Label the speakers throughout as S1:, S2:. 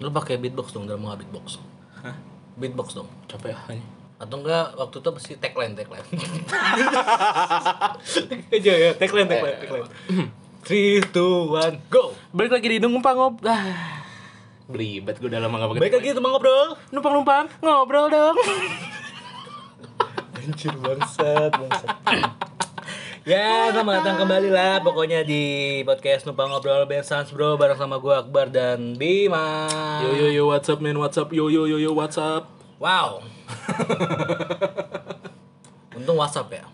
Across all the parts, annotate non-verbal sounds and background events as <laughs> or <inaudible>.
S1: Lu pakai beatbox dong dalam nggak beatbox?
S2: Hah?
S1: Beatbox dong.
S2: Capek ah ini.
S1: Atau enggak waktu itu pasti tagline <laughs> tagline. Aja ya tagline tagline tagline. <clears throat> Three, two, one, go.
S2: Balik lagi di numpang ngob. Ah. Belibet gue udah lama gak pakai.
S1: Baik lagi teman ngobrol.
S2: Numpang numpang ngobrol dong.
S1: Anjir bangsat, bangsat. <clears throat> Ya, selamat datang kembali lah pokoknya di podcast Numpang Ngobrol Bensans Bro bareng sama gua Akbar dan Bima.
S2: yo yo yo what's up man what's up yo yo yo yo what's up.
S1: Wow. Untung WhatsApp ya.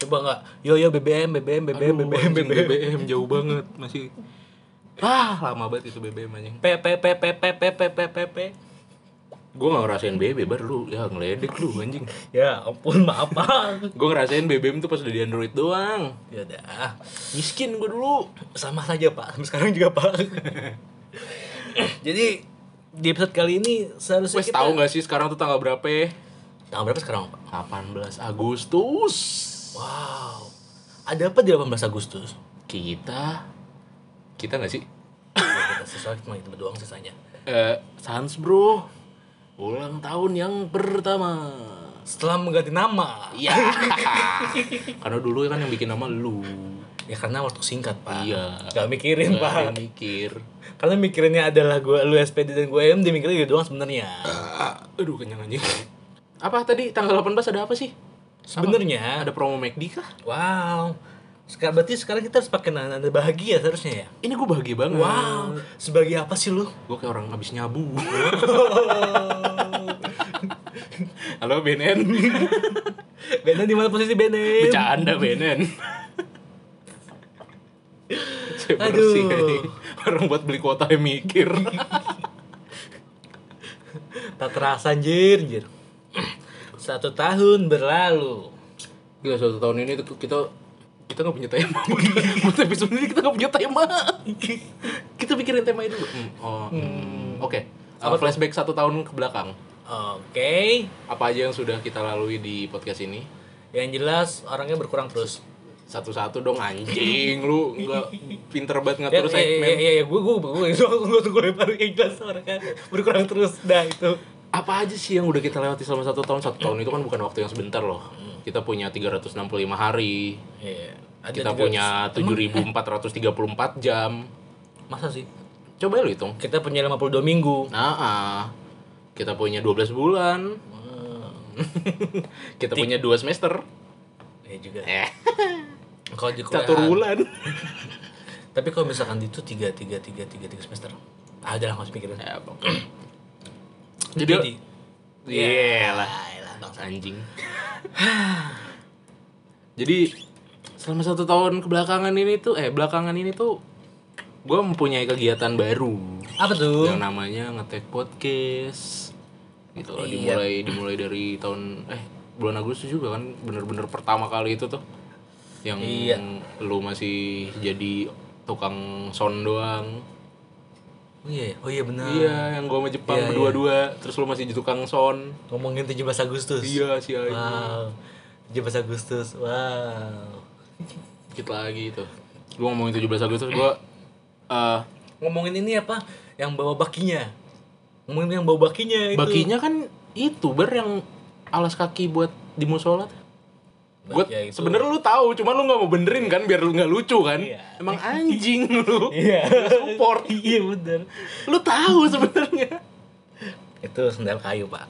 S1: Coba nggak, yo yo BBM BBM BBM
S2: Aduh,
S1: BBM
S2: anjing,
S1: BBM.
S2: BBM jauh banget masih. Ah lama banget itu BBM anjing.
S1: P P P P P P P P P P.
S2: Gue gak ngerasain BBM baru lu ya ngeledek lu anjing.
S1: Ya ampun maaf bang.
S2: Gue ngerasain BBM tuh pas udah di Android doang.
S1: Ya udah,
S2: Miskin gue dulu.
S1: sama saja pak. Sampai sekarang juga pak. Jadi di episode kali ini seharusnya
S2: Wes
S1: kita
S2: tahu gak sih sekarang tuh tanggal berapa? ya?
S1: Tanggal berapa sekarang pak?
S2: 18 Agustus.
S1: Wow. Ada apa di 18 Agustus?
S2: Kita kita gak sih?
S1: Ya, kita sesuai cuma itu doang sisanya.
S2: Eh, Sans bro. Ulang tahun yang pertama.
S1: Setelah mengganti nama. <laughs>
S2: Iya. Karena dulu kan yang bikin nama lu.
S1: Ya karena waktu singkat pak.
S2: Iya.
S1: Gak mikirin
S2: Nggak ada
S1: pak.
S2: yang mikir.
S1: Karena mikirinnya adalah gua lu SPD dan gue MD mikirnya gitu doang sebenarnya.
S2: Aduh kenyang anjing. Apa tadi tanggal 18 ada apa sih? Eh,
S1: Sebenarnya
S2: Ada promo McD kah?
S1: wow. Sekarang berarti sekarang kita harus pakai nada nada bahagia seharusnya ya.
S2: Ini gue bahagia banget.
S1: Wow, sebagai apa sih lu?
S2: Gue kayak orang abis
S1: <laughs>
S2: nyabu. Halo Benen.
S1: Benen di mana posisi Benen?
S2: Bercanda
S1: <laughs>
S2: Benen. Saya
S1: Aduh.
S2: bersih anjing. Orang buat beli kuota yang mikir.
S1: Tak terasa anjir, anjir. Satu tahun berlalu.
S2: Gila satu tahun ini tuh kita kita nggak punya tema. <laughs> Buat episode ini kita nggak punya <laughs> tema. kita pikirin tema itu. dulu. Hmm, oh, hmm, Oke. Uh, flashback satu tahun ke belakang.
S1: Oke.
S2: Apa aja yang sudah kita lalui di podcast ini?
S1: Yang jelas orangnya berkurang terus.
S2: Satu-satu dong anjing lu nggak pinter banget
S1: Ya,
S2: ngatur
S1: ya, ya,
S2: segmen.
S1: ya, ya, gue gue gue itu gue gue lempar yang jelas orangnya berkurang terus dah itu.
S2: apa aja sih yang udah kita lewati selama satu tahun satu tahun itu kan bukan waktu yang sebentar loh kita punya 365 hari
S1: Iya. Ada
S2: kita
S1: juga-
S2: <laughs> punya 7434 jam
S1: masa sih?
S2: coba lu hitung
S1: Kita punya 52 minggu.
S2: nah ah. kita punya 12 bulan
S1: Hmm,
S2: kita punya dua semester
S1: Ya juga.
S2: eh
S1: <laughs> Kalau di Korea.
S2: satu bulan
S1: Tapi kalau misalkan itu tiga tiga tiga tiga tiga semester. Ah, udah lah nggak usah mikirin.
S2: <laughs> Ya, pokoknya. jadi Iya. iyalah
S1: Ayolah, bangsa.
S2: anjing <sighs> jadi selama satu tahun kebelakangan ini tuh eh belakangan ini tuh gue mempunyai kegiatan baru
S1: Apa tuh?
S2: yang namanya ngetek podcast gitu loh
S1: Iya.
S2: dimulai dimulai dari tahun eh bulan Agustus juga kan bener-bener pertama kali itu tuh yang
S1: Iya.
S2: lu masih jadi tukang sound doang
S1: Oh iya, oh iya benar.
S2: iya yang gua sama Jepang
S1: Iya, iya.
S2: berdua-dua terus lu masih jadi tukang sound
S1: Ngomongin 17 Agustus.
S2: iya sih aja
S1: Wow. 17 Agustus. Wow.
S2: dikit lagi itu lu ngomongin 17 Agustus gua eh
S1: Ngomongin ini apa? Yang bawa bakinya. Ngomongin yang bawa bakinya itu.
S2: bakinya kan itu ber yang alas kaki buat di musola tuh. Gue
S1: Bakia itu-
S2: sebenarnya lu tahu, cuman lu nggak mau benerin kan biar lu nggak lucu kan?
S1: Iya.
S2: Emang anjing <laughs> lu.
S1: Iya.
S2: Support.
S1: iya benar.
S2: Lu tahu sebenarnya.
S1: Itu sendal kayu, Pak.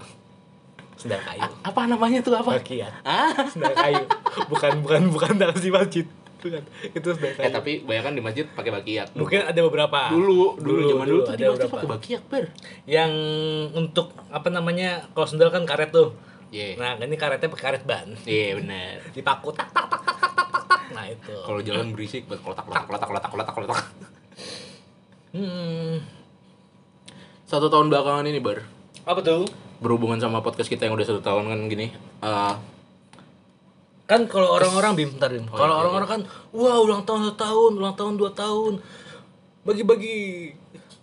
S1: Sendal kayu.
S2: Apa namanya tuh apa?
S1: Bakian.
S2: Ah.
S1: Sendal iya. kayu. Bukan bukan bukan dalam si masjid. Bukan. Itu sendal kayu.
S2: Eh tapi banyak kan di masjid pakai bakiak.
S1: Mungkin ada beberapa.
S2: Dulu, dulu zaman dulu, tuh
S1: ada
S2: di masjid
S1: beberapa.
S2: pakai bakiak, Ber.
S1: Yang untuk apa namanya? Kalau sendal kan karet tuh.
S2: Iya.
S1: Nah, ini karetnya pakai karet ban.
S2: Iya, benar.
S1: Dipaku tak tak tak tak tak tak tak, tak. Nah, itu.
S2: Kalau jalan berisik buat kotak kotak kotak kotak kotak kotak.
S1: Hmm.
S2: Satu tahun belakangan ini, Ber.
S1: Apa tuh?
S2: Berhubungan sama podcast kita yang udah satu tahun kan gini. Eh,
S1: Kan kalau orang-orang bim bentar Bim. Kalau orang-orang kan wah ulang tahun setahun, ulang tahun dua tahun. Bagi-bagi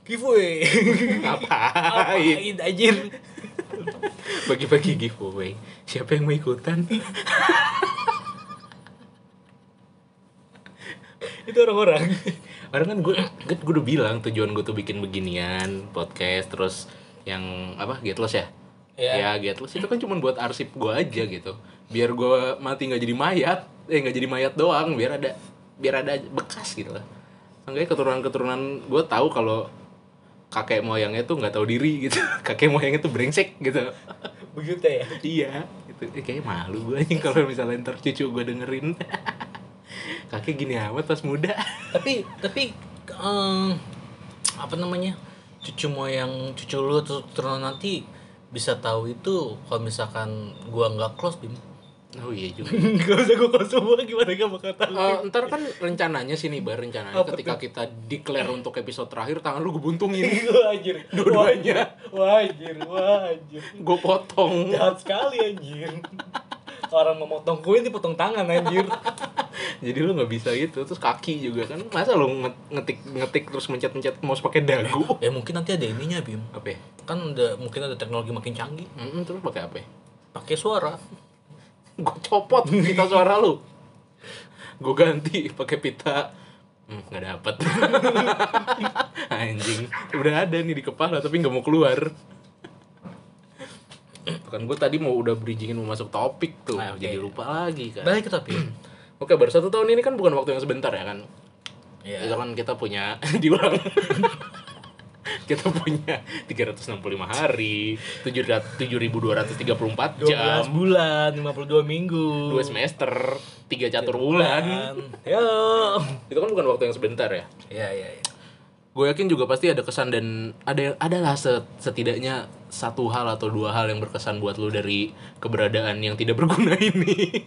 S1: giveaway. <laughs>
S2: <laughs> ngapain?
S1: Apain anjir?
S2: Iya. Bagi-bagi giveaway. Siapa yang mau ikutan?
S1: Itu orang-orang.
S2: Padahal kan gue gue udah bilang tujuan gue tuh bikin beginian podcast terus yang apa get lost ya
S3: Iya.
S2: ya get lost itu kan cuma buat arsip gue aja gitu biar gue mati nggak jadi mayat eh nggak jadi mayat doang biar ada biar ada bekas gitu lah Seenggaknya keturunan-keturunan gue tahu kalau kakek moyangnya tuh nggak tahu diri gitu <laughs> kakek moyangnya tuh brengsek gitu
S3: <laughs> Begitu ya.
S2: iya itu eh, kayaknya malu gue anjing kalau misalnya ntar cucu gue dengerin <laughs> kakek gini amat pas muda <laughs>
S1: tapi tapi em, apa namanya cucu moyang cucu lu atau keturunan nanti bisa tahu itu kalau misalkan gua nggak close
S3: <laughs>
S1: bim
S2: oh iya juga
S1: nggak usah gua close semua gimana gak bakal tahu
S2: Eh, ntar kan rencananya sih nih bar rencananya ketika kita declare untuk episode terakhir tangan lu gue
S1: Iya.
S2: <laughs> buntungin
S3: Wah anjir.
S2: Dua-duanya.
S3: Wah anjir, wah anjir.
S2: gue
S1: <laughs>
S2: potong
S1: Ya.
S3: Jahat sekali anjir. Orang memotong kulit dipotong tangan anjir.
S2: jadi lu nggak bisa gitu terus kaki juga kan masa lu nge- ngetik ngetik terus mencet mencet mouse pakai
S1: <laughs>
S2: dagu
S1: ya mungkin nanti ada ininya bim
S2: apa ya?
S1: kan ada mungkin ada teknologi makin canggih
S2: Mm, terus pakai apa
S1: pakai suara
S2: gue copot pita suara lu gue ganti pakai pita Hmm, nggak dapet <laughs> anjing udah ada nih di kepala tapi nggak mau keluar Tuh kan gue tadi mau udah bridgingin mau masuk topik tuh
S1: Ah, oke. Nah.
S2: jadi lupa lagi kan
S1: balik ke topik
S2: oke baru satu tahun ini kan bukan waktu yang sebentar ya kan itu
S1: ya
S2: kan kita punya <laughs> diulang kita punya 365 hari 7.000 7234 jam
S1: 12 bulan 52 minggu Kan?
S2: dua semester tiga catur bulan
S1: yo
S2: itu kan bukan waktu yang sebentar ya
S1: ya ya ya
S2: gue yakin juga pasti ada kesan dan ada adalah se- setidaknya satu hal atau dua hal yang berkesan buat lu dari keberadaan yang tidak berguna <laughs> ini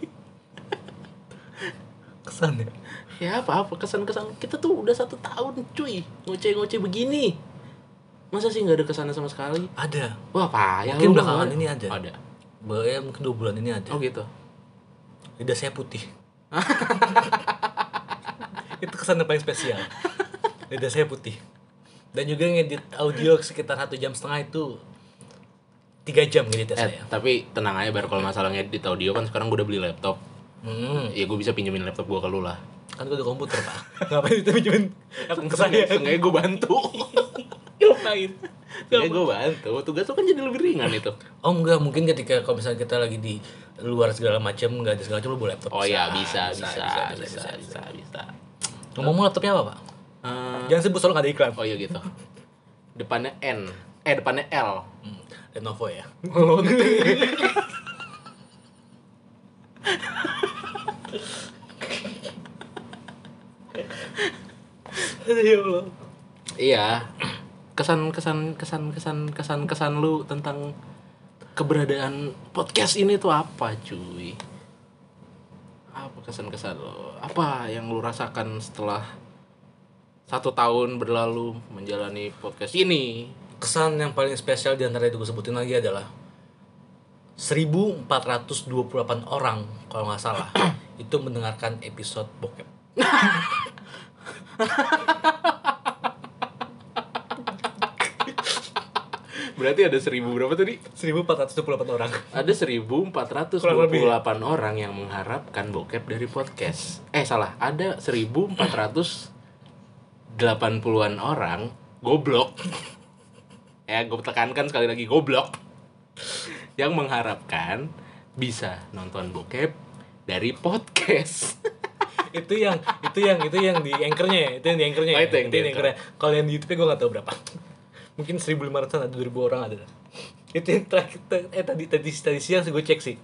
S1: kesan ya
S2: ya apa apa kesan kesan kita tuh udah satu tahun cuy ngoceh ngoceh begini masa sih nggak ada kesannya sama sekali
S1: ada
S2: wah payah
S1: Mungkin
S2: lu,
S1: belakangan
S2: Bang.
S1: ini ada.
S2: ada
S1: Ba- ya mungkin dua bulan ini ada
S2: oh gitu
S1: lidah saya
S2: <laughs>
S1: putih itu kesan yang paling spesial lidah saya putih dan juga ngedit audio sekitar satu jam setengah itu tiga jam ngeditnya
S2: eh
S1: saya
S2: tapi tenang aja bar kalau masalahnya di audio kan sekarang gue udah beli laptop
S1: hmm,
S2: ya gue bisa pinjemin laptop gue ke lu lah
S1: kan gue udah komputer pak
S2: <laughs>
S1: ngapain itu pinjemin ke saya
S2: Seenggaknya gue <laughs> bantu ya?
S1: ngapain
S2: Seenggaknya gue bantu Tugas lu kan jadi lebih ringan itu
S1: oh enggak mungkin ketika kalau misalnya kita lagi di luar segala macam nggak ada segala macam lu bawa laptop
S2: Oh iya bisa bisa bisa bisa bisa,
S1: ngomong laptopnya apa pak
S2: Eh,
S1: jangan sebut soalnya nggak ada iklan
S2: Oh iya gitu Depannya N Eh depannya L
S1: Hmm, Lenovo ya ya Allah
S2: Iya Kesan kesan kesan kesan kesan kesan lu tentang Keberadaan podcast ini tuh apa cuy Apa kesan-kesan lu Apa yang lu rasakan setelah Satu tahun berlalu menjalani podcast ini
S1: kesan yang paling spesial di antara itu gue sebutin lagi adalah 1428 orang kalau nggak salah itu mendengarkan episode bokep.
S2: Berarti ada seribu berapa tadi?
S1: 1428 orang. <laughs>
S2: Ada 1428
S1: Kurang lebih
S2: orang yang mengharapkan bokep dari podcast. Eh salah, ada 1480-an orang goblok. <laughs> ya, gue tekankan sekali lagi goblok. Yang mengharapkan bisa nonton bokep dari podcast.
S1: itu yang itu yang itu yang di anchornya ya itu yang di anchornya
S2: Oh,
S1: ya?
S2: itu yang di
S1: di anchornya kalau yang di youtube gue gak tahu berapa <laughs> mungkin 1500 ada 2000 orang ada <laughs> itu yang terakhir te- eh tadi tadi tadi siang gue cek sih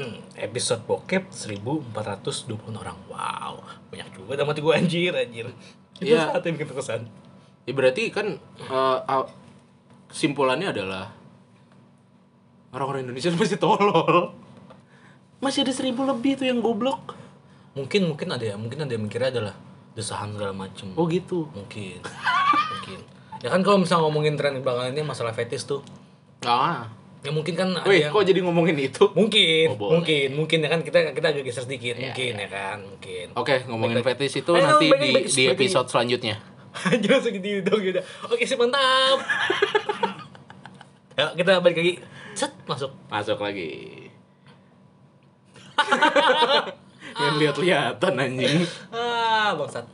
S1: hmm, episode bokep 1420 orang wow banyak juga damat gue anjir
S2: <laughs>
S1: anjir itu
S2: Iya.
S1: saat yang bikin terkesan
S2: Ya berarti kan eh, ah, kesimpulannya adalah orang-orang Indonesia <laughs> masih tolol. Masih ada seribu lebih tuh yang goblok.
S1: mungkin mungkin ada ya mungkin ada yang mikirnya adalah desahan segala macem
S2: Oh gitu.
S1: mungkin mungkin ya kan kalau misalnya ngomongin tren belakangan ini masalah fetis tuh
S2: Ah.
S1: ya mungkin kan ada
S2: Wih,
S1: yang
S2: kok jadi ngomongin itu?
S1: mungkin
S2: Oh, boleh.
S1: mungkin mungkin ya kan kita kita agak geser sedikit mungkin ya kan mungkin <laughs>
S2: Oke, ngomongin fetish itu
S1: Eh,
S2: nanti
S1: baik,
S2: di,
S1: baik,
S2: di
S1: baik.
S2: episode selanjutnya.
S1: Anjir, langsung gitu dong yaudah oke sih <laughs> mantap Ayo, kita balik lagi set masuk
S2: Masuk lagi. <laughs> Yang lihat-lihatan anjing.
S1: ah bangsat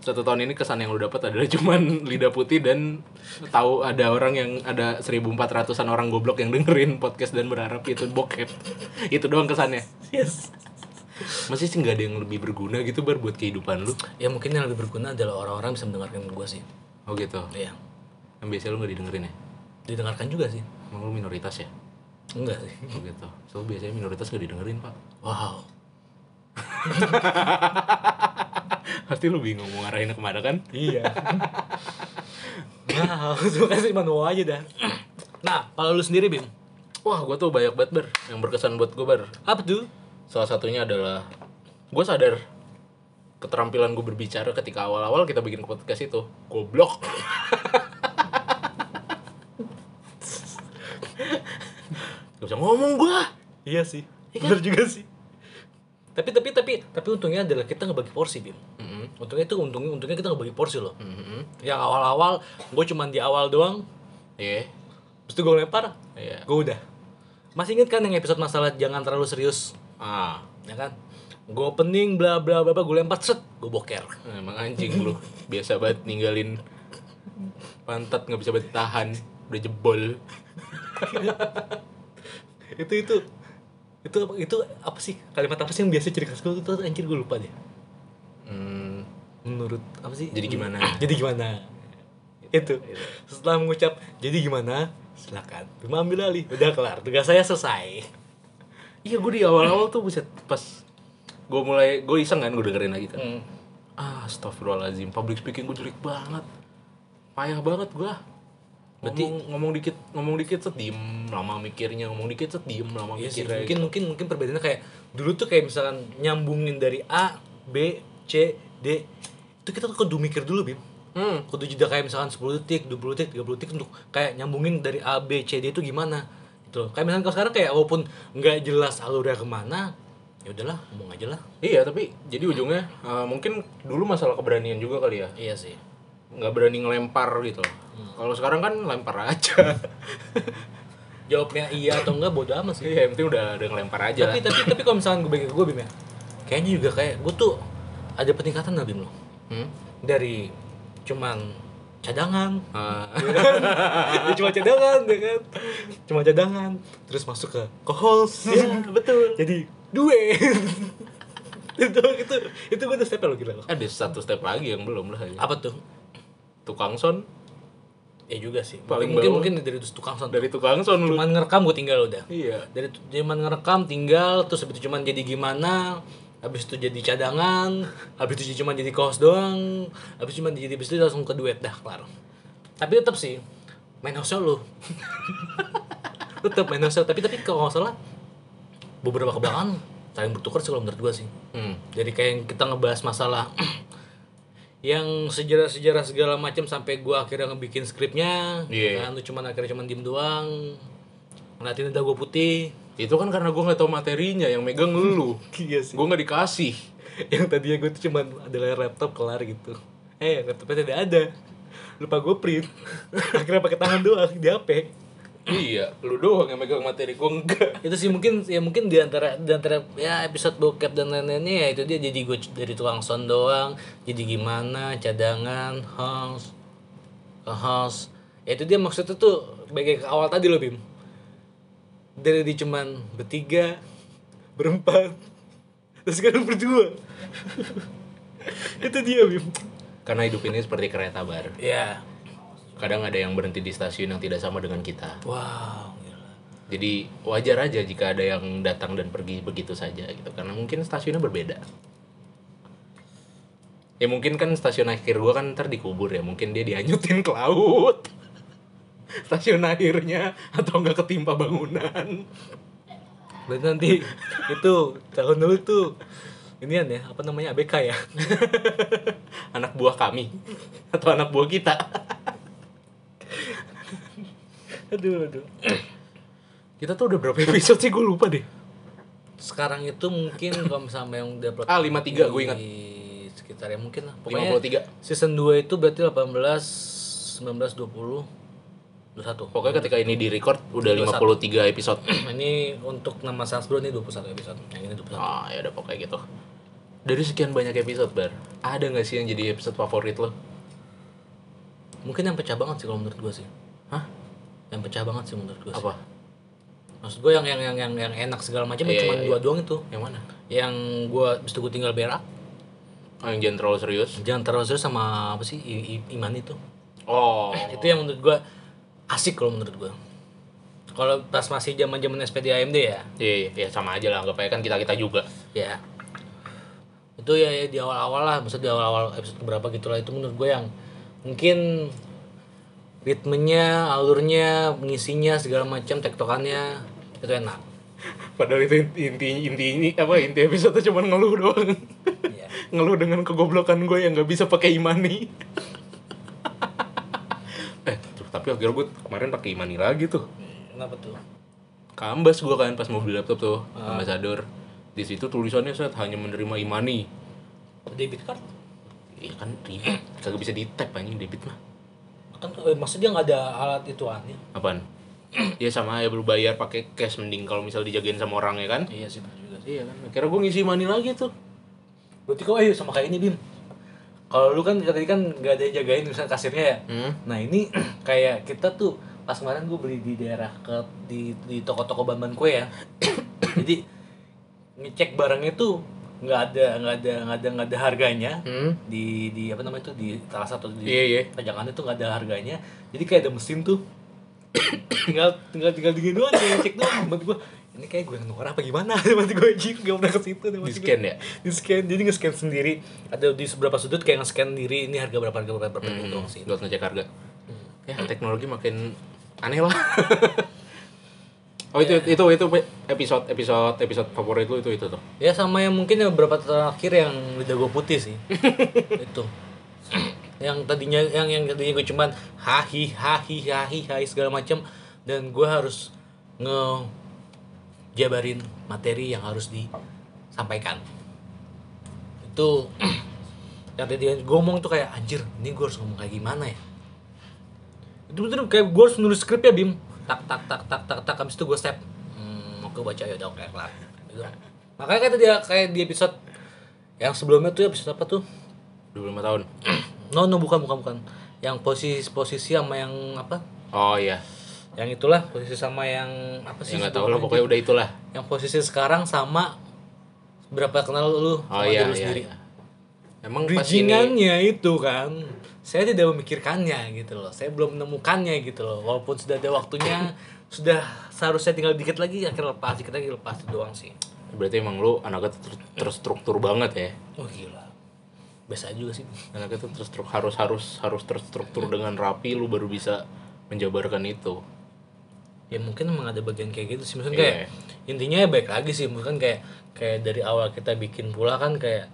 S2: satu tahun ini kesan yang lu dapat adalah cuman <laughs> lidah putih dan tahu ada orang yang ada 1400-an orang goblok yang dengerin podcast dan berharap itu bokep. itu doang kesannya.
S1: Yes.
S2: Masih sih nggak ada yang lebih berguna gitu bar buat kehidupan lu.
S1: Ya mungkin yang lebih berguna adalah orang-orang bisa mendengarkan gue sih.
S2: Oh gitu.
S1: Iya.
S2: Yang biasanya lu nggak didengerin ya.
S1: Didengarkan juga sih.
S2: Emang lu minoritas ya?
S1: Enggak sih.
S2: Oh gitu. So biasanya minoritas gak didengerin, Pak. <laughs>
S1: Wow.
S2: Pasti lu bingung mau ngarahinnya kemana kan?
S1: Iya. <laughs> wow, terima kasih manual aja dah. Nah, kalau lu sendiri Bim,
S2: Wah, gua tuh banyak banget bar yang berkesan buat gua bar.
S1: apa tuh?
S2: Salah satunya adalah gua sadar keterampilan gue berbicara ketika awal-awal kita bikin podcast itu goblok <laughs> gak bisa ngomong gua
S1: Iya sih.
S2: kan?
S1: Bener juga sih. Tapi tapi tapi tapi untungnya adalah kita ngebagi porsi Bim.
S2: Mm-mm.
S1: Untungnya itu untungnya untungnya kita ngebagi porsi loh.
S2: Mm-mm.
S1: Yang awal-awal gue cuman di awal doang,
S2: iya
S1: terus itu gue lempar,
S2: iya
S1: gue udah. Masih inget kan yang episode masalah jangan terlalu serius,
S2: ah
S1: ya kan? Gue opening bla bla bla, bla gue lempar set, gue boker.
S2: emang anjing lu biasa banget ninggalin pantat nggak bisa bertahan udah jebol
S1: itu itu itu apa- itu apa sih kalimat apa sih yang biasa ciri khas gue tuh anjir gue lupa deh
S2: Hmm,
S1: menurut apa sih
S2: Jadi gimana?
S1: <clears throat> jadi gimana Gitu. itu setelah mengucap jadi gimana silakan cuma ambil alih udah kelar tugas saya selesai
S2: iya gue di awal-awal tuh buset pas gue mulai gue iseng kan gue dengerin lagi kan
S1: Hmm.
S2: ah astagfirullahaladzim public speaking gue jelek banget payah banget gue berarti ngomong, ngomong dikit ngomong dikit set diem lama mikirnya ngomong dikit set diem lama
S1: Iya sih,
S2: mikirnya
S1: mungkin mungkin mungkin perbedaannya kayak dulu tuh kayak misalkan nyambungin dari A B C D itu kita tuh kudu mikir dulu bim
S2: hmm
S1: kudu jeda kayak misalkan 10 detik, 20 detik, 30 detik untuk kayak nyambungin dari A, B, C, D itu gimana gitu loh. Kayak misalkan kalau sekarang kayak walaupun nggak jelas alurnya kemana, ya udahlah ngomong aja lah.
S2: iya tapi jadi ujungnya eh, mungkin dulu masalah keberanian juga kali ya
S1: Iya sih.
S2: nggak berani ngelempar gitu
S1: Hmm.
S2: kalau sekarang kan lempar
S1: <laughs>
S2: aja
S1: Jawabnya iya atau enggak bodo amat sih.
S2: iya yang penting udah udah ngelempar aja
S1: tapi
S2: lah
S1: tapi tapi kalau misalkan gue bagi ke gue Bim ya, kayaknya juga kayak gue tuh ada peningkatan lah Bim loh.
S2: Hmm?
S1: Dari cuman cadangan,
S2: Ah, <laughs> Iya.
S1: ya <laughs> cuma cadangan ya kan cuma cadangan terus masuk ke kohols
S2: Iya,
S1: betul jadi duet <laughs> itu itu itu gue udah stepnya lo gila lo
S2: ada satu step lagi yang belum lah ya.
S1: apa tuh
S2: tukang son
S1: ya juga sih
S2: Paling
S1: mungkin
S2: bawah.
S1: mungkin dari tukang sound
S2: dari tukang son lu
S1: cuman ngerekam gue tinggal udah
S2: iya
S1: dari tu- cuman ngerekam tinggal terus habis itu cuman jadi gimana habis itu jadi cadangan habis itu cuman jadi kos doang habis itu cuman jadi habis itu langsung ke duet dah kelar tapi tetap sih main hostel <laughs> lu tetap main hostel tapi tapi kalau nggak salah beberapa kebelakangan saling bertukar sih kalau menurut gua sih
S2: hmm.
S1: jadi kayak yang kita ngebahas masalah <clears throat> yang sejarah-sejarah segala macam sampai gua akhirnya ngebikin skripnya
S2: Iya.
S1: kan lu cuman akhirnya cuman diem doang ngeliatin udah gua putih
S2: itu kan karena gue nggak tahu materinya yang megang lu
S1: <laughs> iya
S2: gue nggak dikasih
S1: yang tadinya gua tuh cuman ada layar laptop kelar gitu eh laptopnya tidak ada lupa gua print <laughs> akhirnya pakai tangan doang di HP
S2: iya lu doang yang megang materi gue enggak
S1: itu sih mungkin ya mungkin di antara di antara ya episode bokep dan lain-lainnya ya itu dia jadi gue dari tukang sound doang jadi gimana cadangan house ke house ya itu dia maksudnya tuh bagai ke awal tadi loh Bim dari di cuman bertiga berempat terus sekarang berdua <laughs> itu dia Bim
S2: karena hidup ini seperti kereta bar
S1: ya
S2: kadang ada yang berhenti di stasiun yang tidak sama dengan kita
S1: wow gila.
S2: jadi wajar aja jika ada yang datang dan pergi begitu saja gitu karena mungkin stasiunnya berbeda ya mungkin kan stasiun akhir gue kan ntar dikubur ya mungkin dia dianyutin ke laut <laughs> stasiun akhirnya atau enggak ketimpa bangunan
S1: Berarti nanti itu tahun dulu tuh inian ya apa namanya ABK ya <laughs>
S2: anak buah kami atau anak buah kita
S1: aduh aduh
S2: kita tuh udah berapa episode sih gue lupa deh
S1: sekarang itu <coughs> mungkin kalau misalnya yang udah upload
S2: Ah, 53, gua ingat.
S1: di sekitar ya mungkin lah pokoknya
S2: 53
S1: season 2 itu berarti 18 19 20 <coughs> 21
S2: pokoknya ketika ini di record udah 53 episode
S1: ini untuk nama Sasbro ini 21 episode yang ini 21
S2: ah ya udah pokoknya gitu dari sekian banyak episode bar ada nggak sih yang jadi episode favorit lo
S1: Mungkin yang pecah banget sih kalau menurut gue sih.
S2: hah
S1: Yang pecah banget sih menurut gue.
S2: apa
S1: Maksud gue yang yang yang yang, yang enak segala macam ya
S2: Iya,
S1: cuma
S2: iya,
S1: dua doang itu.
S2: yang mana
S1: Yang gue habis itu gue tinggal berak.
S2: oh, yang jangan terlalu serius
S1: Jangan terlalu serius sama apa sih I- I- iman itu.
S2: oh
S1: Eh, Itu yang menurut gue asik kalau menurut gue. Kalau pas masih zaman zaman SPD AMD ya,
S2: iya, iya, ya sama aja lah anggap aja kan kita kita juga
S1: ya itu ya, ya di awal-awal lah maksud di awal-awal episode berapa gitulah itu menurut gue yang mungkin ritmenya alurnya ngisinya segala macam tektokannya itu enak
S2: padahal itu inti inti ini apa inti episode cuma ngeluh doang
S1: Iya.
S2: <laughs> ngeluh dengan kegoblokan gue yang nggak bisa pakai imani <laughs> eh tuh, tapi akhirnya gue kemarin pakai imani lagi tuh
S1: kenapa tuh
S2: kambas gue kan pas mau beli laptop tuh ambasador di situ tulisannya set hanya menerima imani
S1: debit card
S2: iya kan ribet kagak bisa di tap anjing debit mah
S1: kan eh, maksudnya nggak ada alat ituannya
S2: <clears throat> apaan ya sama ya berbayar pakai cash mending kalau misal dijagain sama orang ya kan
S1: iya sih bener juga sih
S2: iya kan akhirnya gue ngisi imani lagi tuh
S1: berarti kau ayo sama kayak ini bim kalau lu kan tadi kan nggak ada yang jagain misalnya kasirnya ya
S2: hmm.
S1: nah ini <clears throat> kayak kita tuh pas kemarin gue beli di daerah ke di di toko-toko bahan kue ya <clears throat> jadi ngecek barangnya tuh nggak ada nggak ada nggak ada nggak ada harganya
S2: hmm.
S1: di di apa namanya tuh di salah satu di
S2: iya iya
S1: pajangannya tuh nggak ada harganya jadi kayak ada mesin tuh <clears throat> tinggal tinggal tinggal dingin doang tinggal cek doang buat gue ini kayak gue yang nuker apa gimana <laughs> buat gue anjing nggak pernah ke situ
S2: di scan ya
S1: di scan jadi nge-scan sendiri ada di seberapa sudut kayak nge-scan diri ini harga berapa harga berapa berapa
S2: Hmm.
S1: gitu doang sih
S2: buat ngecek harga ya teknologi makin aneh lah <laughs> oh itu itu itu episode episode episode favorit lu itu itu tuh
S1: Ya sama yang mungkin yang beberapa terakhir yang lidah gue putih sih. itu. yang tadinya yang yang tadinya gue cuman hahi hahi hahi hahi segala macam dan gue harus nge jabarin materi yang harus disampaikan. Itu <clears throat> yang tadi gue ngomong tuh kayak anjir, ini gue harus ngomong kayak gimana ya? Itu bener kayak gue harus nulis skrip ya Bim. Tak tak tak tak tak tak habis itu gue step. Hmm, oke baca ya udah oke kelar. Gitu. Makanya kayak tadi ya, kayak di episode yang sebelumnya tuh episode apa tuh?
S2: 25 tahun
S1: No no bukan bukan bukan. Yang posisi posisi sama yang apa?
S2: <clears throat> oh iya
S1: Yang itulah posisi sama yang apa
S2: ya
S1: sih?
S2: nggak tahu lah pokoknya udah itulah
S1: Yang posisi sekarang sama berapa kenal lu
S2: oh
S1: sama
S2: iya
S1: diri lu
S2: iya,
S1: sendiri. ya?
S2: iya. emang pas ini
S1: Bridgingannya itu kan saya tidak memikirkannya gitu loh saya belum menemukannya gitu loh walaupun sudah ada waktunya sudah seharusnya tinggal dikit lagi akhirnya lepas dikit lagi lepas itu doang sih
S2: berarti emang lu anaknya tuh ter- terstruktur banget ya
S1: oh gila biasa juga sih
S2: anaknya tuh terstruktur harus harus harus
S1: Iya.
S2: terstruktur dengan rapi lu baru bisa menjabarkan itu
S1: ya mungkin emang ada bagian kayak gitu sih maksudnya
S2: Iya.
S1: kayak intinya ya baik lagi sih mungkin kayak kayak dari awal kita bikin pula kan kayak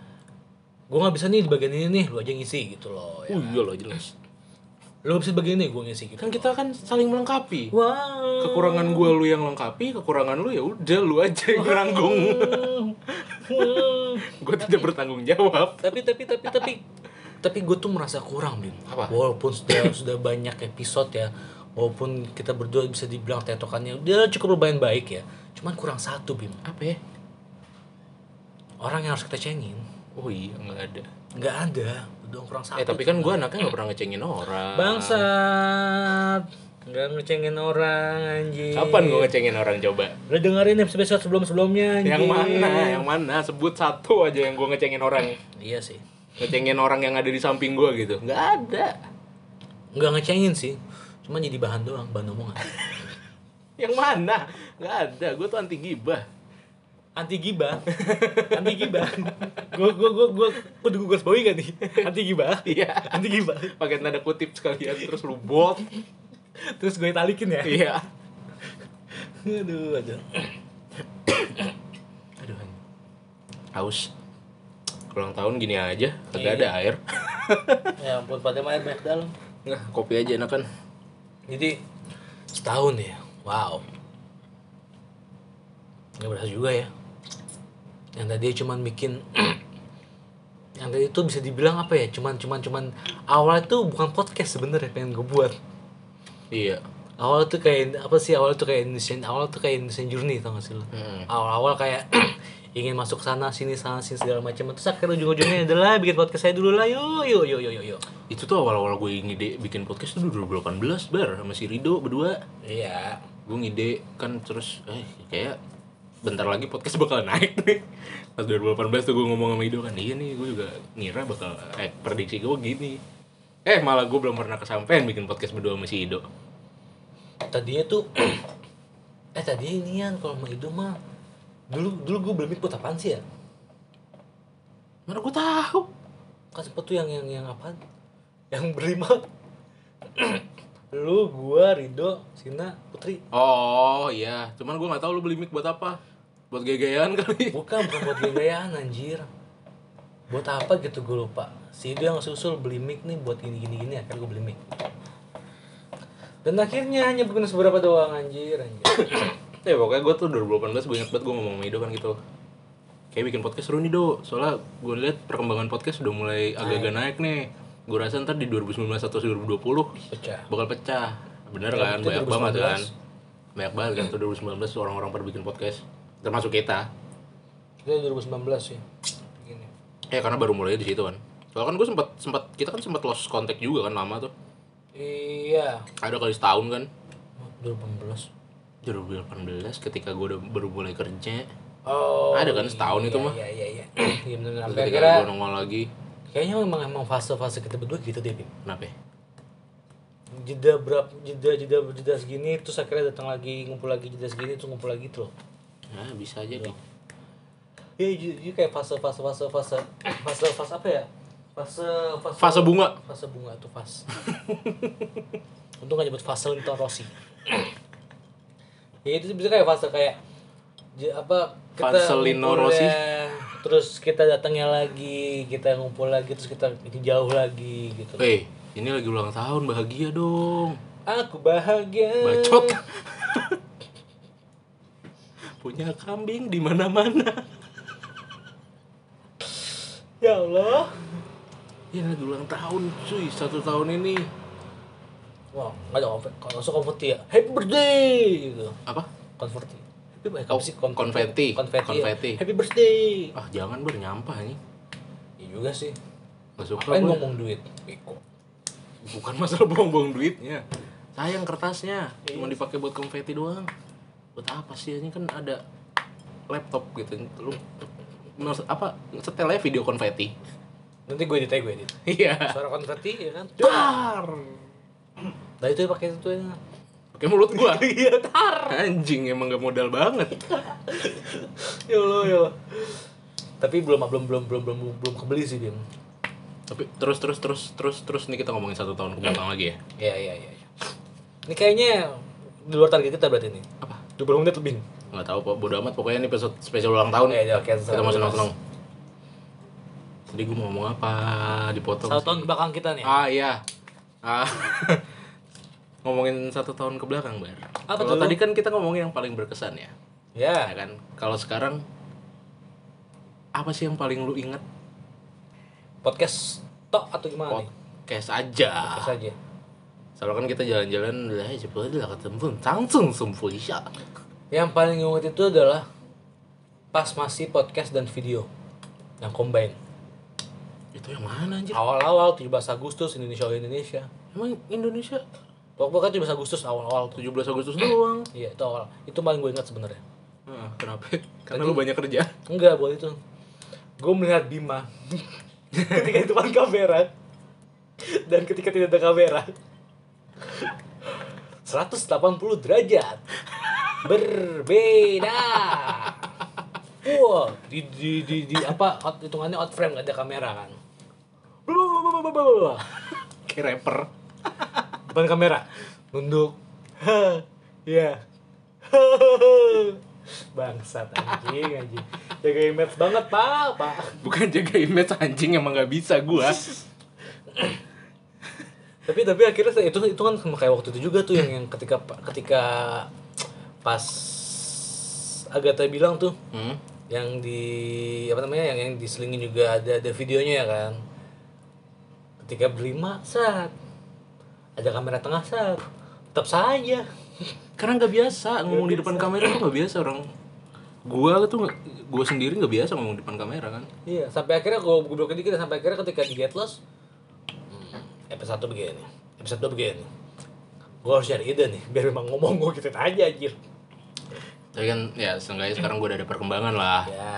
S1: gue nggak bisa nih di bagian ini nih lu aja ngisi gitu loh ya.
S2: oh iya lah jelas
S1: lu nggak bisa di bagian ini gue ngisi gitu
S2: kan kita kan saling melengkapi
S1: wow
S2: kekurangan gue lu yang lengkapi kekurangan lu ya udah lu aja yang nanggung <laughs>
S1: wow.
S2: gue tidak bertanggung jawab
S1: tapi tapi tapi tapi tapi gue tuh merasa kurang bim
S2: Apa?
S1: walaupun sudah <coughs> sudah banyak episode ya walaupun kita berdua bisa dibilang tetokannya udah cukup lumayan baik ya cuman kurang satu bim
S2: apa ya
S1: orang yang harus kita cengin
S2: oh iya nggak ada
S1: nggak ada udah kurang satu
S2: eh tapi kan gue anaknya nggak pernah ngecengin orang
S1: bangsat nggak ngecengin orang anjing
S2: kapan gue ngecengin orang coba
S1: udah dengerin episode sebelum sebelumnya anjing
S2: yang mana yang mana sebut satu aja yang gue ngecengin orang
S1: iya sih
S2: ngecengin orang yang ada di samping gue gitu nggak ada
S1: nggak ngecengin sih cuman jadi bahan doang bahan omongan
S2: yang mana nggak ada gue tuh anti gibah
S1: anti gibah anti gibah gue gue gue gue kudu gue harus bawain gak nih anti gibah
S2: <laughs> iya
S1: anti gibah
S2: pakai tanda kutip sekalian terus lu <laughs> bolt
S1: terus gue talikin ya
S2: iya
S1: aduh aduh
S2: aduh anjing. haus ulang tahun gini
S1: Iya.
S2: aja kagak ada air
S1: ya ampun pada main banyak dalam
S2: Nah, kopi aja enak kan.
S1: jadi setahun ya wow nggak berasa juga ya yang tadi cuman bikin <clears throat> yang tadi itu bisa dibilang apa ya cuman cuman cuman awal itu bukan podcast sebenarnya pengen gue buat
S2: Iya.
S1: awal tuh kayak <clears throat> apa sih awal tuh kayak Indonesian awal tuh kayak Indonesian journey tau gak sih lo
S2: Hmm.
S1: awal-awal kayak ingin masuk sana sini sana sini segala macam terus akhirnya ujung-ujungnya adalah bikin podcast saya dulu lah yuk yuk yuk yuk yuk, yuk
S2: Itu tuh awal-awal gue ngide bikin podcast tuh 2018 bar sama si Rido berdua.
S1: iya
S2: Gue ngide kan terus eh kayak bentar lagi podcast bakal naik nih. Pas 2018 tuh gue ngomong sama Rido kan, iya nih gue juga ngira bakal eh prediksi gue gini. Eh malah gue belum pernah kesampaian bikin podcast berdua sama si Rido.
S1: tadinya tuh <clears throat> eh tadi ini yang kalau mau hidup mah dulu dulu gue belum buat apaan sih ya
S2: Mana gue tahu.
S1: kan sempet tuh yang yang yang apaan yang berlima <clears throat> lu gua Rido Sina Putri
S2: Oh iya, cuman gue nggak tahu lu beli mic buat apa? Buat gaya-gayaan kali.
S1: bukan bukan buat gayaan anjir buat apa gitu gue lupa si Rido yang susul beli mic nih buat gini gini gini akhirnya gue beli mic dan akhirnya hanya berguna seberapa doang anjir anjir
S2: <coughs> ya pokoknya gue tuh 2018 banyak banget gue ngomong sama Ido kan gitu kayak bikin podcast seru nih do soalnya gue lihat perkembangan podcast udah mulai agak-agak naik nih gue rasa ntar di 2019 atau 2020
S1: pecah
S2: bakal pecah bener kan
S1: itu
S2: banyak banget
S1: 2019.
S2: kan banyak banget kan tuh 2019 orang-orang pada bikin podcast termasuk kita
S1: itu 2019 sih begini
S2: ya karena baru mulai di situ kan soalnya kan gue sempat sempat kita kan sempat lost contact juga kan lama tuh
S1: iya
S2: ada kali setahun kan
S1: 2018
S2: 2018 ketika gue udah baru mulai kerja
S1: oh
S2: Ada kan setahun itu mah.
S1: iya iya iya <clears throat> iya bener-bener
S2: terus
S1: sampai
S2: ketika
S1: akhirnya
S2: gue nongol lagi
S1: kayaknya memang emang fase-fase kita berdua gitu deh Bim.
S2: kenapa ya?
S1: jeda berapa jeda jeda jeda segini terus akhirnya datang lagi ngumpul lagi jeda segini terus ngumpul lagi tuh loh
S2: Nah, bisa aja nih.
S1: ya ju- ju- kayak fase fase fase fase fase fase apa ya fase fase
S2: Fase bunga.
S1: fase bunga tuh fase untung gak nyebut fase Linton Rossi ya itu sih bisa kayak fase kayak j- apa
S2: Faselino
S1: ngumpulnya,
S2: Rossi.
S1: terus kita datangnya lagi kita ngumpul lagi terus kita jauh lagi gitu
S2: Eh, ini lagi ulang tahun bahagia dong.
S1: aku bahagia
S2: Bacot. <laughs> Punya kambing di mana-mana.
S1: ya Allah
S2: Ya lagi ulang tahun, cuy. Satu tahun ini
S1: Wah, nggak ada konfeti. Kalau langsung konfeti ya, happy birthday gitu.
S2: apa?
S1: Konfeti. Happy eh,
S2: Oh,
S1: apa sih konfeti?
S2: konfeti.
S1: Konfeti. ya.
S2: Konfeti.
S1: Happy birthday.
S2: Ah, jangan ber nyampah nih.
S1: Iya juga sih.
S2: Gak suka
S1: Kan
S2: gua.
S1: ngomong duit. Beko.
S2: Bukan masalah buang-buang duitnya. Sayang kertasnya. Cuma dipakai buat konfeti doang. Buat apa sih ini kan ada laptop gitu. Lu maksud- apa setelnya video konfeti. <laughs>
S1: Nanti gue edit aja gue edit.
S2: Iya.
S1: Suara konfeti ya kan.
S2: Dar.
S1: Nah itu pakai itu ya. <laughs>
S2: Pakai mulut gua. Iya, tar. Anjing emang gak modal banget.
S1: Ya Allah, ya Allah. Tapi belum belum belum belum belum belum kebeli sih dia.
S2: Tapi terus terus terus terus terus nih kita ngomongin satu tahun kebelakang lagi ya.
S1: Iya iya iya. iya. Ini kayaknya di luar target kita berarti ini.
S2: Apa?
S1: 20 menit lebih.
S2: Nggak tahu Pak, bodo amat pokoknya ini episode spesial ulang tahun.
S1: Iya, iya, oke,
S2: kita mau
S1: selamat
S2: senang-senang. Tadi gua mau ngomong apa? Dipotong.
S1: Satu tahun ya? belakang kita nih.
S2: Ah iya. Ah. <laughs> ngomongin satu tahun ke belakang, Bar.
S1: Apa
S2: Kalau
S1: tuh?
S2: tadi kan kita ngomongin yang paling berkesan ya.
S1: Ya.
S2: Ya kan? Kalau sekarang apa sih yang paling lu inget?
S1: Podcast tok atau gimana nih?
S2: Podcast aja.
S1: Podcast aja.
S2: Soalnya kan kita jalan-jalan lah cepat lah ketemu langsung sembuh isya.
S1: Yang paling gue inget itu adalah pas masih podcast dan video yang combine.
S2: Itu yang mana anjir?
S1: Awal-awal 17 Agustus Indonesia All Indonesia.
S2: Emang Indonesia
S1: Pokoknya kan 17 Agustus awal-awal tuh.
S2: 17 Agustus doang.
S1: Iya, itu awal. Itu paling gue ingat sebenarnya.
S2: Nah, kenapa? Karena lu banyak kerja.
S1: Enggak, buat itu. Gue melihat Bima ketika di depan kamera dan ketika tidak ada kamera. 180 derajat berbeda. Wow, di, di, di, di apa out- hitungannya out frame gak ada kamera kan? Blablabla.
S2: Kayak rapper.
S1: Depan kamera, nunduk. Ha, ya. Bangsat anjing anjing. Jaga image banget, Pak, Pak.
S2: Bukan jaga image anjing emang gak bisa gua.
S1: tapi tapi akhirnya saya- itu itu kan sama kayak waktu itu juga tuh yang yang ketika ketika pas Agatha bilang tuh
S2: Hmm.
S1: yang di apa namanya yang yang diselingin juga ada ada videonya ya kan ketika berlima saat ada kamera tengah saat tetap saja <laughs>
S2: Karena gak biasa ngomong di depan kamera tuh gak biasa orang gua tuh nggak- gua sendiri nggak biasa ngomong depan kamera kan
S1: Iya, sampai akhirnya gue goblok dikit sampai akhirnya ketika di Get Lost hmm, episode 1 begini, episode 2 begini. Gue harus cari ide nih, biar memang ngomong gue gitu aja anjir.
S2: tapi kan ya seenggaknya sekarang gua udah ada perkembangan lah
S1: Ya,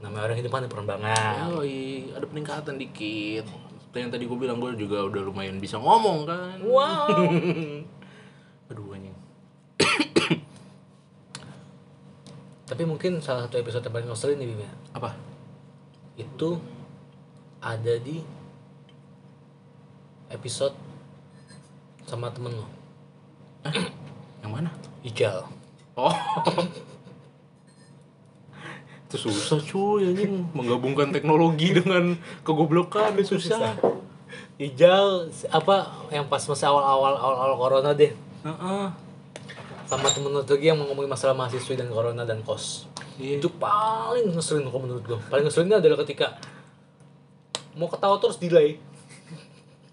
S1: namanya orang hidupan di perkembangan.
S2: Yoi, Oh, iya, ada peningkatan dikit Seperti yang tadi gua bilang gua juga udah lumayan bisa ngomong kan
S1: Wow.
S2: aduh anjing
S1: Tapi mungkin salah satu episode yang paling ngeselin nih Bim ya.
S2: apa
S1: Itu ada di episode sama temen lo,
S2: yang mana
S1: Ical.
S2: oh <laughs> itu susah cuy anjing menggabungkan teknologi dengan kegoblokan itu susah
S1: Ijal apa yang pas masa awal-awal awal-awal corona deh
S2: Heeh.
S1: sama temen lu lagi yang mau ngomongin masalah mahasiswa dan corona dan kos
S2: Iya.
S1: itu paling ngeselin kok menurut gue paling ngeselinnya adalah ketika mau ketawa terus delay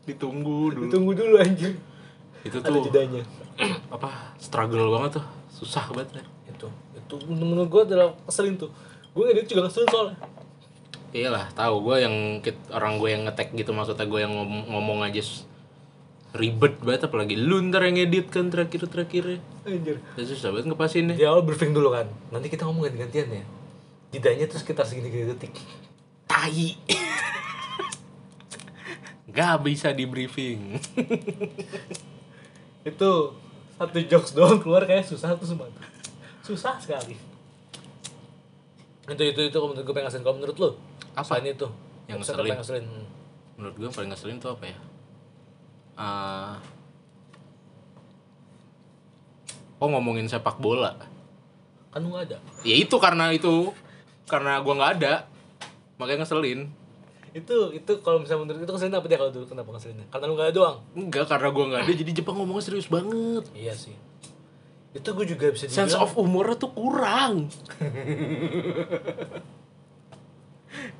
S2: ditunggu dulu
S1: ditunggu dulu anjir
S2: itu
S1: ada
S2: tuh
S1: jedanya
S2: <clears throat> apa struggle banget tuh susah banget ya.
S1: itu itu menurut gue adalah keselin tuh gue ngedit juga ngeselin soalnya
S2: iyalah tahu gue yang kit- orang gue yang ngetek gitu maksudnya gue yang ngom- ngomong aja sus- ribet banget apalagi lu ntar yang edit kan terakhir terakhirnya
S1: anjir
S2: ya susah banget ngepasinnya
S1: di awal briefing dulu kan nanti kita ngomong ganti-gantian ya jedanya tuh sekitar segini-gini detik
S2: tai nggak bisa di briefing
S1: itu satu jokes doang keluar kayak susah tuh semua susah sekali itu itu itu kalau menurut gue pengen ngeselin kalau menurut lo
S2: Apa?
S1: ini tuh Episode
S2: Yang ngeselin?
S1: pengen ngeselin Hmm.
S2: menurut gue yang paling ngeselin tuh apa ya Eh, kok oh, ngomongin sepak bola
S1: kan lu nggak ada
S2: ya itu karena itu karena gue nggak ada makanya ngeselin
S1: itu itu kalau misalnya menurut itu ngeselin apa dia kalau dulu kenapa ngeselinnya karena lu nggak ada doang
S2: Enggak, karena gue nggak ada, jadi Jepang ngomongnya serius banget.
S1: iya sih itu gue juga bisa
S2: Sense
S1: dibilang
S2: of humornya tuh <laughs> kurang.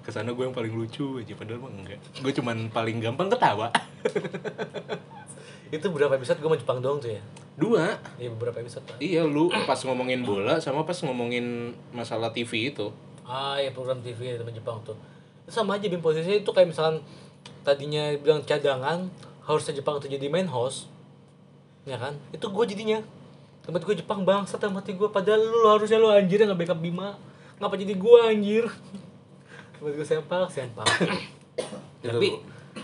S2: Kesana gue yang paling lucu aja, padahal mah enggak. Gue cuman paling gampang ketawa.
S1: itu berapa episode gue mau Jepang doang tuh ya
S2: Dua,
S1: iya beberapa episode lah.
S2: iya lu pas ngomongin bola sama pas ngomongin masalah TV itu.
S1: ah ya program TV ya teman Jepang tuh itu sama aja bim posisinya itu kayak misalkan tadinya bilang cadangan harusnya Jepang tuh jadi main host ya kan itu gue jadinya tempat gue Jepang bangsa tempat gue padahal lu harusnya lu anjir yang nggak backup Bima ngapa jadi gue anjir <laughs> tempat gue sempak sempak
S2: Gitu
S1: tapi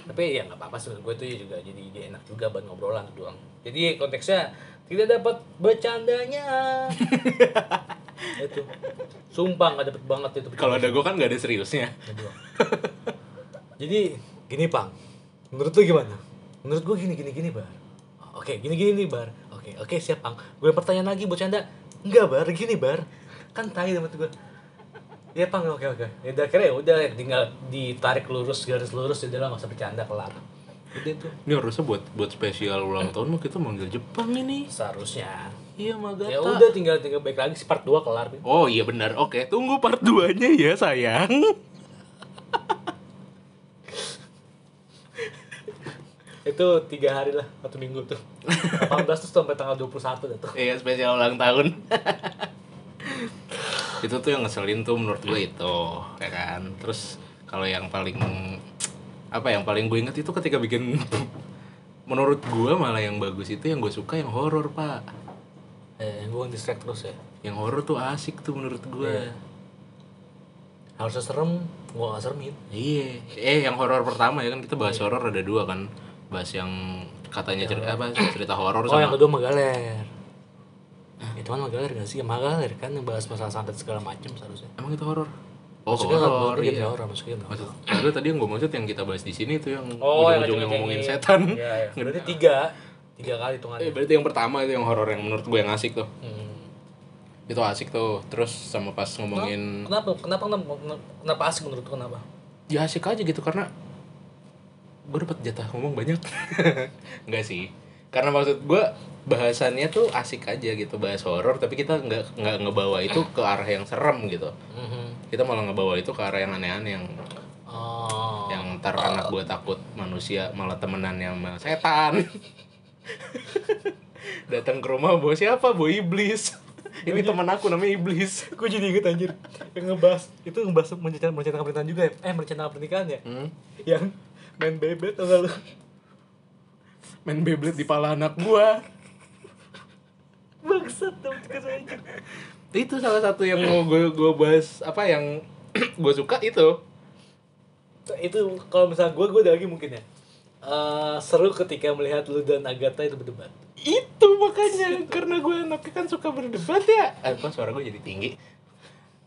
S1: tapi ya nggak apa-apa sih menurut gue itu ya juga jadi ide enak juga buat ngobrolan doang jadi konteksnya tidak dapat bercandanya itu sumpah nggak dapet banget itu
S2: Kalau ada gue kan nggak ada seriusnya.
S1: Kedua. Jadi gini Pang, menurut lu gimana? Menurut gue gini gini gini bar. Oke gini gini nih bar. Oke oke siap Pang. Gue pertanyaan lagi buat canda. Enggak bar, gini bar. Kan tai sama gue. Ya Pang oke oke. Ya udah akhirnya ya udah tinggal ditarik lurus garis lurus di dalam masa bercanda kelar. Udah tuh
S2: Ini harusnya buat buat spesial ulang tahun mah kita manggil Jepang ini.
S1: seharusnya.
S2: Iya, Magata.
S1: Ya udah tinggal tinggal baik lagi part 2 kelar. Bim.
S2: Oh iya benar. Oke, tunggu part 2-nya ya, sayang.
S1: Itu tiga hari lah, satu minggu <laughs> tuh. 18 tuh sampai tanggal 21 dah tuh.
S2: Iya spesial ulang tahun. <laughs> itu tuh yang ngeselin tuh menurut gue itu, ya kan. Terus kalau yang paling apa yang paling gue inget itu ketika bikin <laughs> menurut gue malah yang bagus itu yang gue suka yang horor pak.
S1: Eh, gue distract terus ya.
S2: Yang horor tuh asik tuh menurut gue.
S1: harusnya serem gitu. gua gak seremin
S2: Iya. Eh yang horor pertama ya kan kita bahas horor ada dua kan. Bahas yang katanya cerita apa cerita Iya, horor iya.
S1: oh
S2: sama
S1: yang kedua magaler itu kan magaler gak sih magaler kan yang bahas masalah santet segala macam seharusnya
S2: emang itu horor. Oh
S1: maksudnya nggak
S2: horor.
S1: horor
S2: Iya.
S1: ya horor maksudnya nggak horor.
S2: Maksud, maksud tadi yang gue maksud yang kita bahas di sini itu yang
S1: Oh, yang
S2: ujung-ujungnya
S1: ngaceng-ngacengin.
S2: ngomongin setan.
S1: Iya, iya.
S2: <laughs>
S1: berarti tiga tiga kali hitungannya
S2: Eh, berarti yang pertama itu yang horor yang menurut gue yang asik tuh.
S1: hmm.
S2: Itu asik tuh. Terus sama pas ngomongin
S1: kenapa kenapa kenapa kenapa- kenapa asik menurut lu kenapa
S2: ya asik aja gitu karena gue dapat jatah ngomong banyak. <laughs> Enggak sih. Karena maksud gue bahasannya tuh asik aja gitu bahas horor tapi kita nggak nggak ngebawa itu ke arah yang serem gitu.
S1: Mm-hmm.
S2: Kita malah ngebawa itu ke arah yang aneh-aneh yang
S1: oh
S2: yang ntar anak gue takut manusia malah temenan yang sama <laughs> setan datang ke rumah bawa siapa bawa iblis <laughs> Ini teman aku namanya Iblis.
S1: gue jadi inget anjir yang ngebahas itu ngebahas merencanakan merencanakan pernikahan juga ya eh merencanakan pernikahan ya
S2: Hmm?
S1: yang main bebet atau nggak lu
S2: Main Beyblade di pala anak gua.
S1: bangsat dong tikus anjir
S2: Itu salah satu yang mau gue gue bahas apa yang <clears throat> gue suka itu.
S1: itu kalau misalnya gue gue ada lagi mungkin ya Eh, seru ketika melihat lu dan Agatha itu berdebat
S2: Itu makanya karena gue anaknya kan suka berdebat ya. Eh, kok suara gue jadi tinggi?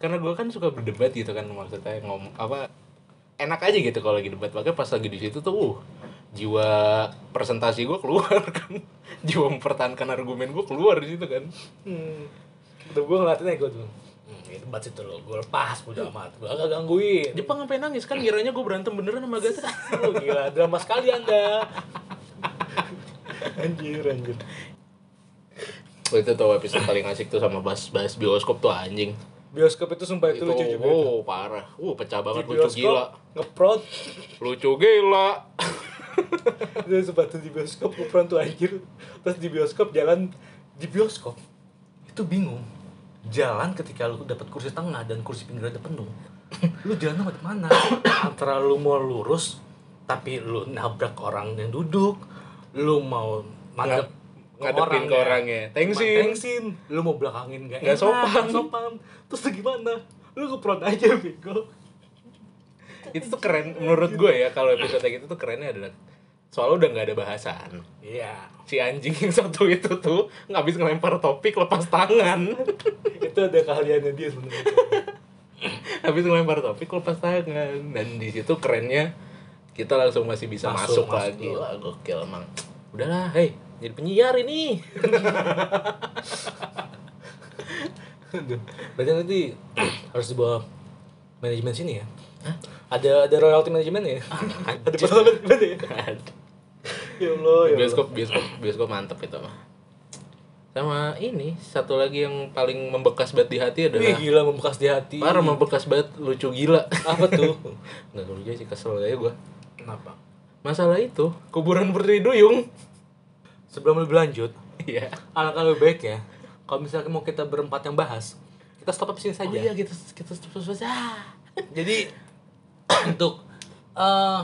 S2: Karena gue kan suka berdebat gitu kan maksudnya ngomong apa enak aja gitu kalau lagi debat makanya pas lagi di situ tuh uh jiwa presentasi gue keluar <laughs> kan jiwa mempertahankan argumen gue keluar di situ kan
S1: hmm. tuh gue ngeliatin aja gue tuh hmm, ya debat situ lo gue lepas bodo amat gue agak gangguin
S2: Jepang sampai nangis kan ngiranya gue berantem beneran sama Agatha
S1: Lu <laughs> gila drama sekali anda anjir anjir
S2: Oh, itu tau episode paling asik tuh sama bahas-bahas bioskop tuh anjing
S1: bioskop itu sumpah itu, oh,
S2: itu
S1: lucu juga itu.
S2: wow parah wow pecah
S1: Di
S2: banget lucu
S1: bioskop
S2: gila
S1: ngeprot
S2: lucu gila
S1: itu sempat tuh di bioskop ngeprot tuh anjir terus di bioskop jalan di bioskop itu bingung jalan ketika lu dapat kursi tengah dan kursi pinggiran udah penuh <clears throat> lu jalan sama mana <clears throat> antara lu mau lurus tapi lu nabrak orang yang duduk lu mau mandek ke
S2: ngadepin ke
S1: ya.
S2: orangnya
S1: Tengsin.
S2: tengsin
S1: Lu mau belakangin gak, enak,
S2: Nggak sopan.
S1: nggak sopan. Terus lu gimana? Lu ngeprot aja, Bego.
S2: <laughs> itu tuh keren menurut gue ya kalau episode kayak gitu tuh kerennya adalah soalnya udah nggak ada bahasan
S1: Iya.
S2: si anjing yang satu itu tuh nggak habis ngelempar topik lepas tangan
S1: <laughs>
S2: <laughs>
S1: itu ada keahliannya dia sebenarnya.
S2: habis ngelempar topik lepas tangan dan di situ kerennya kita langsung masih bisa
S1: Masuk,
S2: masuk,
S1: masuk.
S2: lagi Wah, gokil emang udahlah hei jadi penyiar <laughs> ini
S1: Aduh. Berarti nanti <clears throat> harus dibawa manajemen sini ya. Ada ada royalty manajemen ya? <laughs> ada personal manajemen ya? Ya Allah, ya Allah.
S2: bioskop bioskop bioskop mantep itu mah sama ini satu lagi yang paling membekas banget di hati
S1: Wih,
S2: adalah
S1: gila membekas di hati.
S2: parah membekas banget lucu gila
S1: Apa
S2: <laughs>
S1: tuh?
S2: nggak lucu sih kesel aja gue
S1: Kenapa?
S2: masalah itu kuburan putri duyung <laughs>
S1: Sebelum lebih lanjut,
S2: iya
S1: alangkah lebih baik ya kalau misalnya mau kita berempat yang bahas, kita stop di sini saja.
S2: kita
S1: gitu,
S2: kita terus
S1: Jadi <clears throat> untuk eh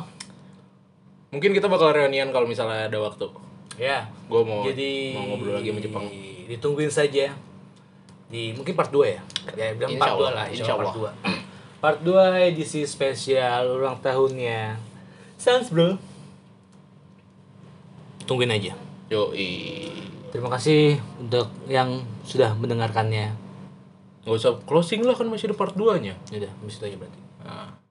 S2: mungkin kita bakal reunian kalau misalnya ada waktu
S1: ya
S2: gue mau
S1: jadi
S2: Oh, mau ngobrol lagi sama Jepang
S1: Ditungguin saja di mungkin part 2 ya. Ya bilang
S2: Insya
S1: part 2
S2: Allah,
S1: lah, insya
S2: insya
S1: Allah part 2. Part 2 edisi spesial ulang tahunnya. Sans bro. Tungguin aja.
S2: yoi
S1: Terima kasih untuk yang sudah mendengarkannya.
S2: nggak usah closing lah kan masih ada part 2 nya
S1: Udah, Ya habis itu aja berarti.
S2: nah.